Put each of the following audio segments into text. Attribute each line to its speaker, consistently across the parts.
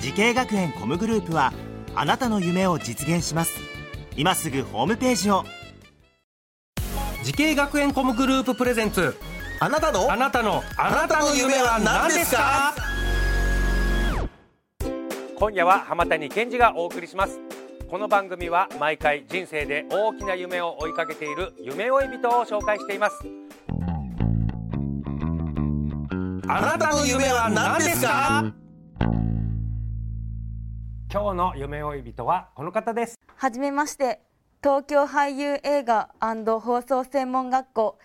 Speaker 1: 時系学園コムグループはあなたの夢を実現します今すぐホームページを
Speaker 2: 時系学園コムグループプレゼンツ
Speaker 3: あなたの
Speaker 2: あなたのあ
Speaker 3: なたの夢は何ですか
Speaker 2: 今夜は浜谷健二がお送りしますこの番組は毎回人生で大きな夢を追いかけている夢追い人を紹介しています
Speaker 3: あなたの夢は何ですか
Speaker 2: 今日の夢追い人はこの方です
Speaker 4: はじめまして東京俳優映画放送専門学校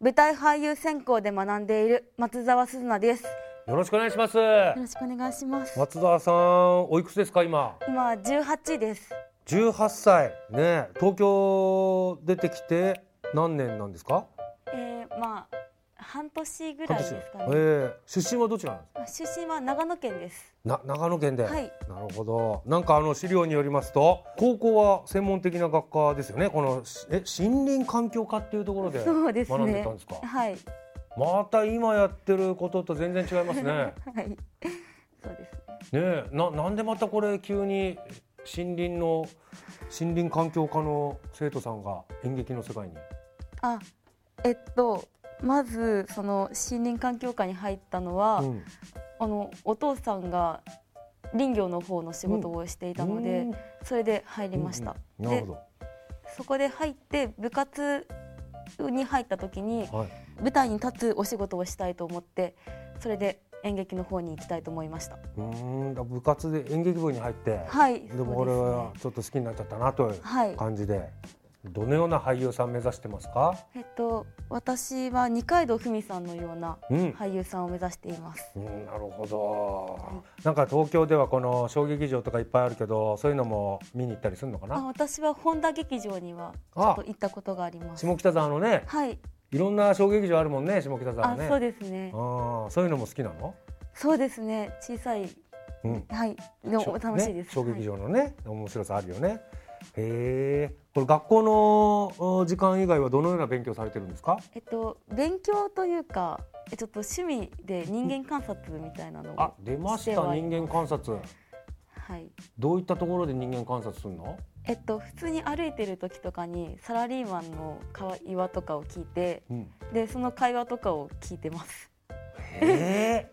Speaker 4: 舞台俳優専攻で学んでいる松澤すずなですよ
Speaker 2: よろしくお願いします
Speaker 4: ろしくお願いします
Speaker 2: 松澤さんおいくつですか今
Speaker 4: 今18です
Speaker 2: 18歳ね東京出てきて何年なんですか
Speaker 4: えー、まあ半年ぐらいですか
Speaker 2: え
Speaker 4: ね
Speaker 2: ー出身はどちらなんですか
Speaker 4: まあ出身は長野県です
Speaker 2: な長野県で、
Speaker 4: はい
Speaker 2: なるほどなんかあの資料によりますと高校は専門的な学科ですよねこのしえ森林環境科っていうところで
Speaker 4: そ
Speaker 2: 学ん
Speaker 4: う
Speaker 2: で
Speaker 4: ですね
Speaker 2: たんですか
Speaker 4: はい
Speaker 2: また今やってることと全然違いますね ね
Speaker 4: はいそうですね
Speaker 2: えななんでまたこれ急に森林の森林環境科の生徒さんが演劇の世界に
Speaker 4: あえっとまずその森林環境課に入ったのは、
Speaker 2: うん
Speaker 4: あのお父さんが林業の方の仕事をしていたので、
Speaker 2: うん
Speaker 4: それで入りました、
Speaker 2: うんなるほ
Speaker 4: そこで入って部活に入った時に
Speaker 2: ど、はい、
Speaker 4: 舞台に立つお仕事をしたいと思ってそれで演劇の方に行きたいと思いました
Speaker 2: うーんだ部活で演劇部に入って、
Speaker 4: はい
Speaker 2: でもこれはちょっと好きになっちゃったなという
Speaker 4: はい
Speaker 2: 感じで、どのような俳優さん目指してますか、
Speaker 4: えっと私は二階堂ふみさんのような
Speaker 2: うん
Speaker 4: 俳優さんを目指しています、
Speaker 2: うん、なるほどなんか東京ではこの小劇場とかいっぱいあるけどそういうのも見に行ったりするのか
Speaker 4: あ
Speaker 2: な
Speaker 4: 私は本田劇場にはちょっと行ったことがあります
Speaker 2: 下北沢のね
Speaker 4: はい
Speaker 2: いろんな小劇場あるもんね下北沢
Speaker 4: あ
Speaker 2: ね
Speaker 4: そうですね
Speaker 2: あーそういうのも好きなの、
Speaker 4: そうですね小さい
Speaker 2: うん、
Speaker 4: はいでも楽しいで
Speaker 2: ね、
Speaker 4: す、
Speaker 2: 小劇
Speaker 4: はい
Speaker 2: 場のね、面白さあるよねへえこれ学校のお時間以外はどのような勉強されてるんですか
Speaker 4: えっと勉強というかえちょっと趣味で人間観察みたいなの
Speaker 2: あ
Speaker 4: を
Speaker 2: 出まし
Speaker 4: して
Speaker 2: た
Speaker 4: はい
Speaker 2: 人
Speaker 4: ます
Speaker 2: 間観察
Speaker 4: はい
Speaker 2: どういったところで人間観察するの
Speaker 4: えっと普通に歩いてる時とかにサラリーマンの会話とかを聞いて
Speaker 2: うん
Speaker 4: でその会話とかを聞い てます。
Speaker 2: へえ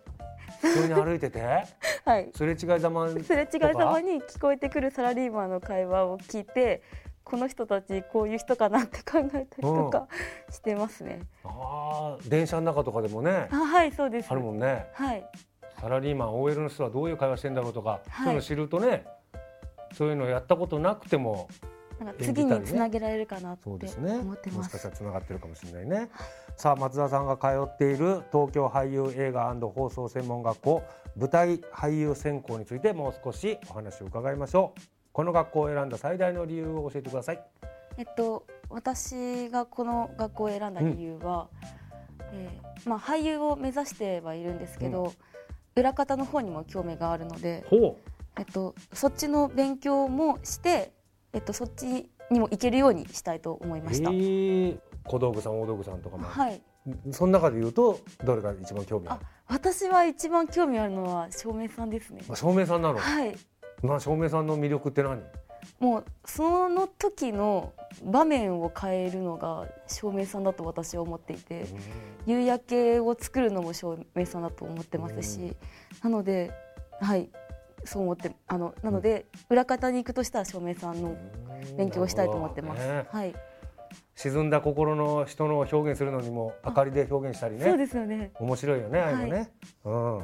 Speaker 2: 普通に歩いてて
Speaker 4: はい。
Speaker 2: すれ違いざます
Speaker 4: れ違いざまに聞こえてくるサラリーマンの会話を聞いてこの人たちこういう人かなって考えたりとかしてますね。
Speaker 2: ああ電車の中とかでもね
Speaker 4: あはいそうです。
Speaker 2: あるもんね
Speaker 4: はい
Speaker 2: サラリーマン OL の人はどういう会話してんだろうとか、
Speaker 4: はい
Speaker 2: そういうの知るとねそういうのやったことなくても
Speaker 4: なんか次につなげられるかなって
Speaker 2: そう
Speaker 4: 思っ
Speaker 2: です
Speaker 4: て
Speaker 2: ねも
Speaker 4: ま
Speaker 2: しかし
Speaker 4: す。
Speaker 2: たらつながってるかもしれないねさあ松田さんが通っている東京俳優映画放送専門学校舞台俳優専攻についてもう少しお話を伺いましょうこの学校を選んだ最大の理由を教えてください
Speaker 4: えっと私がこの学校を選んだ理由は、えーまあ俳優を目指してはいるんですけど、裏方の方にも興味があるので。
Speaker 2: ほ
Speaker 4: えっと、そっちの勉強もして、えっと、そっちにも行けるようにしたいと思いました。
Speaker 2: 小道具さん大道具さんとかも、
Speaker 4: はい、
Speaker 2: その中で言うとどれが一番興味ある
Speaker 4: 私は一番興味あるのは照明さんですね。
Speaker 2: まあ、照明さんなの、
Speaker 4: はい、
Speaker 2: まあ、照明さんの魅力って何
Speaker 4: もうその時の場面を変えるのが照明さんだと私は思っていて、夕焼けを作るのも照明さんだと思ってますし、なので、はい、そう思って、あの、なので裏方に行くとしたら照明さんの勉強をしたいと思ってます。
Speaker 2: なるほどね
Speaker 4: はい、
Speaker 2: 沈んだ心の人の表現するのにも明かりで表現したりね
Speaker 4: そうですよね。
Speaker 2: 面白いよねああいうのね、うん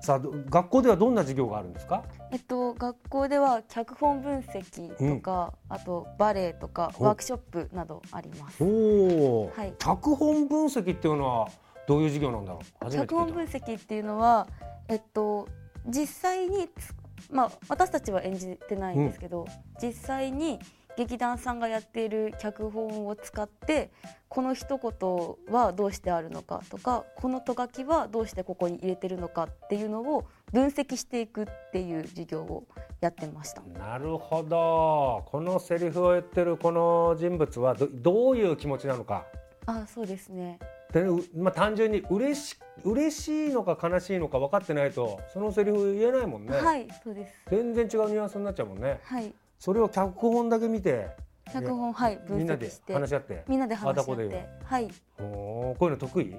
Speaker 2: さあど学校ではどんな授業があるんですか
Speaker 4: えっと、学校では脚本分析とか、あとバレエとか
Speaker 2: ほう
Speaker 4: ワークショップなどあります
Speaker 2: お。おー、
Speaker 4: はい
Speaker 2: 脚本分析っていうのはどういう授業なんだろう初めて
Speaker 4: 脚
Speaker 2: 聞
Speaker 4: 本
Speaker 2: いた
Speaker 4: 分析っていうのは、えっと、実際につまあ、私たちは演じてないんですけど、実際に劇団さんがやっている脚本を使ってこの一言はどうしてあるのかとかこのと書きはどうしてここに入れてるのかっていうのを分析していくっていう授業をやってました。
Speaker 2: なるほどこのセリフを言ってるこの人物はどどういう気持ちなのか
Speaker 4: あそうですね
Speaker 2: で、うまあ、単純に嬉し嬉しいのか悲しいのか分かってないとそのセリフ言えないもんね、
Speaker 4: はいそうです
Speaker 2: 全然違うニュアンスになっちゃうもんね
Speaker 4: はい
Speaker 2: それを脚本だけ見て
Speaker 4: 脚本はい分
Speaker 2: みんな
Speaker 4: 析
Speaker 2: で
Speaker 4: して
Speaker 2: 話し合って
Speaker 4: みんなで話し合
Speaker 2: あだこ
Speaker 4: っ
Speaker 2: で
Speaker 4: て
Speaker 2: 言
Speaker 4: はい
Speaker 2: おーこういうの得意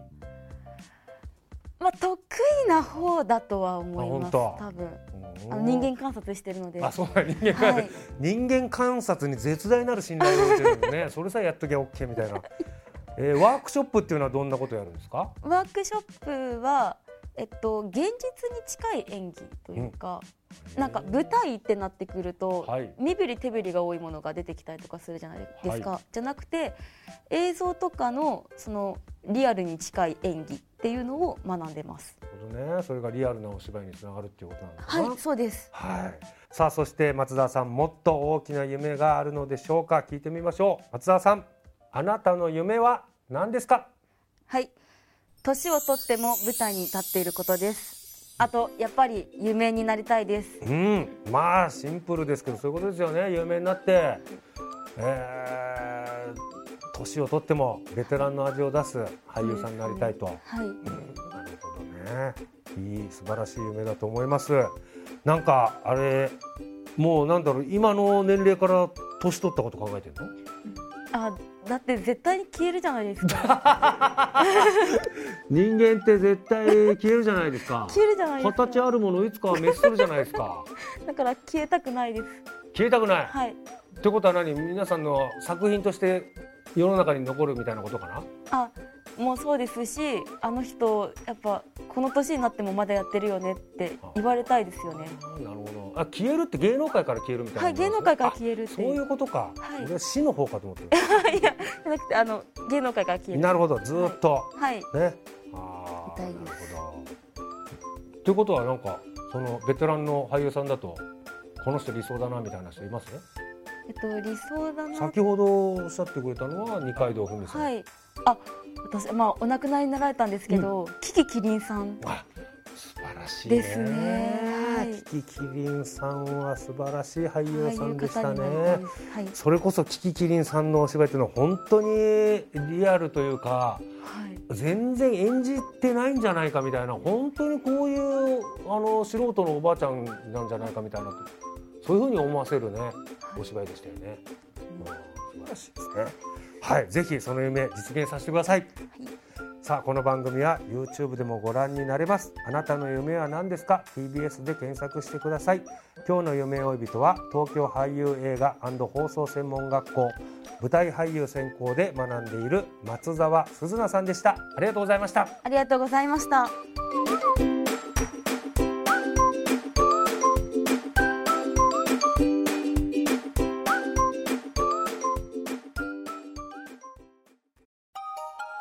Speaker 4: まあ得意な方だとは思います
Speaker 2: あ本当
Speaker 4: 多分
Speaker 2: おー
Speaker 4: あの人間観察してるので
Speaker 2: あそうなん人間観察、
Speaker 4: はい
Speaker 2: 人間観察に絶大なる信頼を置いてるんで ねそれさえやっときゃ OK みたいな、えー、ワークショップっていうのはどんなことやるんですか
Speaker 4: ワークショップはえっと現実に近い演技というか、なんか舞台ってなってくると、
Speaker 2: はい
Speaker 4: 身振り手振りが多いものが出てきたりとかするじゃないですか、じゃなくて映像とかのそのリアルに近い演技っていうのを学んでます
Speaker 2: なるほどねそれがリアルなお芝居につながるっていうことなんです
Speaker 4: はいそうです
Speaker 2: はい、さあそして松田さんもっと大きな夢があるのでしょうか聞いてみましょう松田さんあなたの夢は何ですか
Speaker 4: はい年をとっても舞台に立っていることですあとやっぱり有名になりたいです
Speaker 2: うんまあシンプルですけどそういうことですよね有名になってえー年をとってもベテランの味を出す俳優さんになりたいと、
Speaker 4: はい
Speaker 2: なるほどね。いい素晴らしい夢だと思います。なんかあれもうなんだろう今の年齢から年取ったこと考えてるの？
Speaker 4: あだって絶対に消えるじゃないで すか
Speaker 2: 人間って絶対消えるじゃないですか。
Speaker 4: 消えるじゃないですか
Speaker 2: 形あるものいつかは滅するじゃないですか。
Speaker 4: だから消えたくないです
Speaker 2: 消えたくない。
Speaker 4: はい
Speaker 2: ってことは何？皆さんの作品として世の中に残るみたいなことかな？
Speaker 4: あもうそうですしあの人やっぱこの年になってもまだやってるよねって言われたいですよね
Speaker 2: なるほど。あ消えるって芸能界から消えるみたいな。
Speaker 4: はい芸能界から消えるっ
Speaker 2: あ
Speaker 4: て
Speaker 2: そう
Speaker 4: い
Speaker 2: いううことか。
Speaker 4: はい
Speaker 2: 俺は死の方かと思って る。
Speaker 4: いやじゃなくてあの芸能界から消える
Speaker 2: なるほど。ずーっと。
Speaker 4: はい
Speaker 2: ね。ああ、
Speaker 4: 痛
Speaker 2: ないる
Speaker 4: です
Speaker 2: ほど。ということはなんかそのベテランの俳優さんだとこの人理想だなみたいな人います？
Speaker 4: えっと理想だな
Speaker 2: 先ほどおっしゃってくれたのは二階堂ふみさん。
Speaker 4: はいあ私まあお亡くなりになられたんですけど、キキキリンさん
Speaker 2: あ、素晴らしいね。
Speaker 4: ですねはい
Speaker 2: キキキリンさんは素晴らしい俳
Speaker 4: ああ
Speaker 2: 優
Speaker 4: い
Speaker 2: さん
Speaker 4: う
Speaker 2: でした
Speaker 4: 方になりた
Speaker 2: ね
Speaker 4: いで。すはい、
Speaker 2: それこそキキキリンさんのお芝居っていうのは本当にリアルというか
Speaker 4: はい
Speaker 2: 全然演じてないんじゃないかみたいな本当にこういうあの素人のおばあちゃんなんじゃないかみたいなそういうふうに思わせるねお芝居でしたよね。うん素晴らしいですね。はい、ぜひその夢実現させてください。さあこの番組は YouTube でもご覧になれますあなたの夢は何ですか TBS で検索してください今日の夢追い人は東京俳優映画放送専門学校舞台俳優専攻で学んでいる松澤すずなさんでしたありがとうございました
Speaker 4: ありがとうございました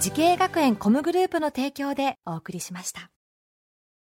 Speaker 5: 時系学園コムグループの提供でお送りしました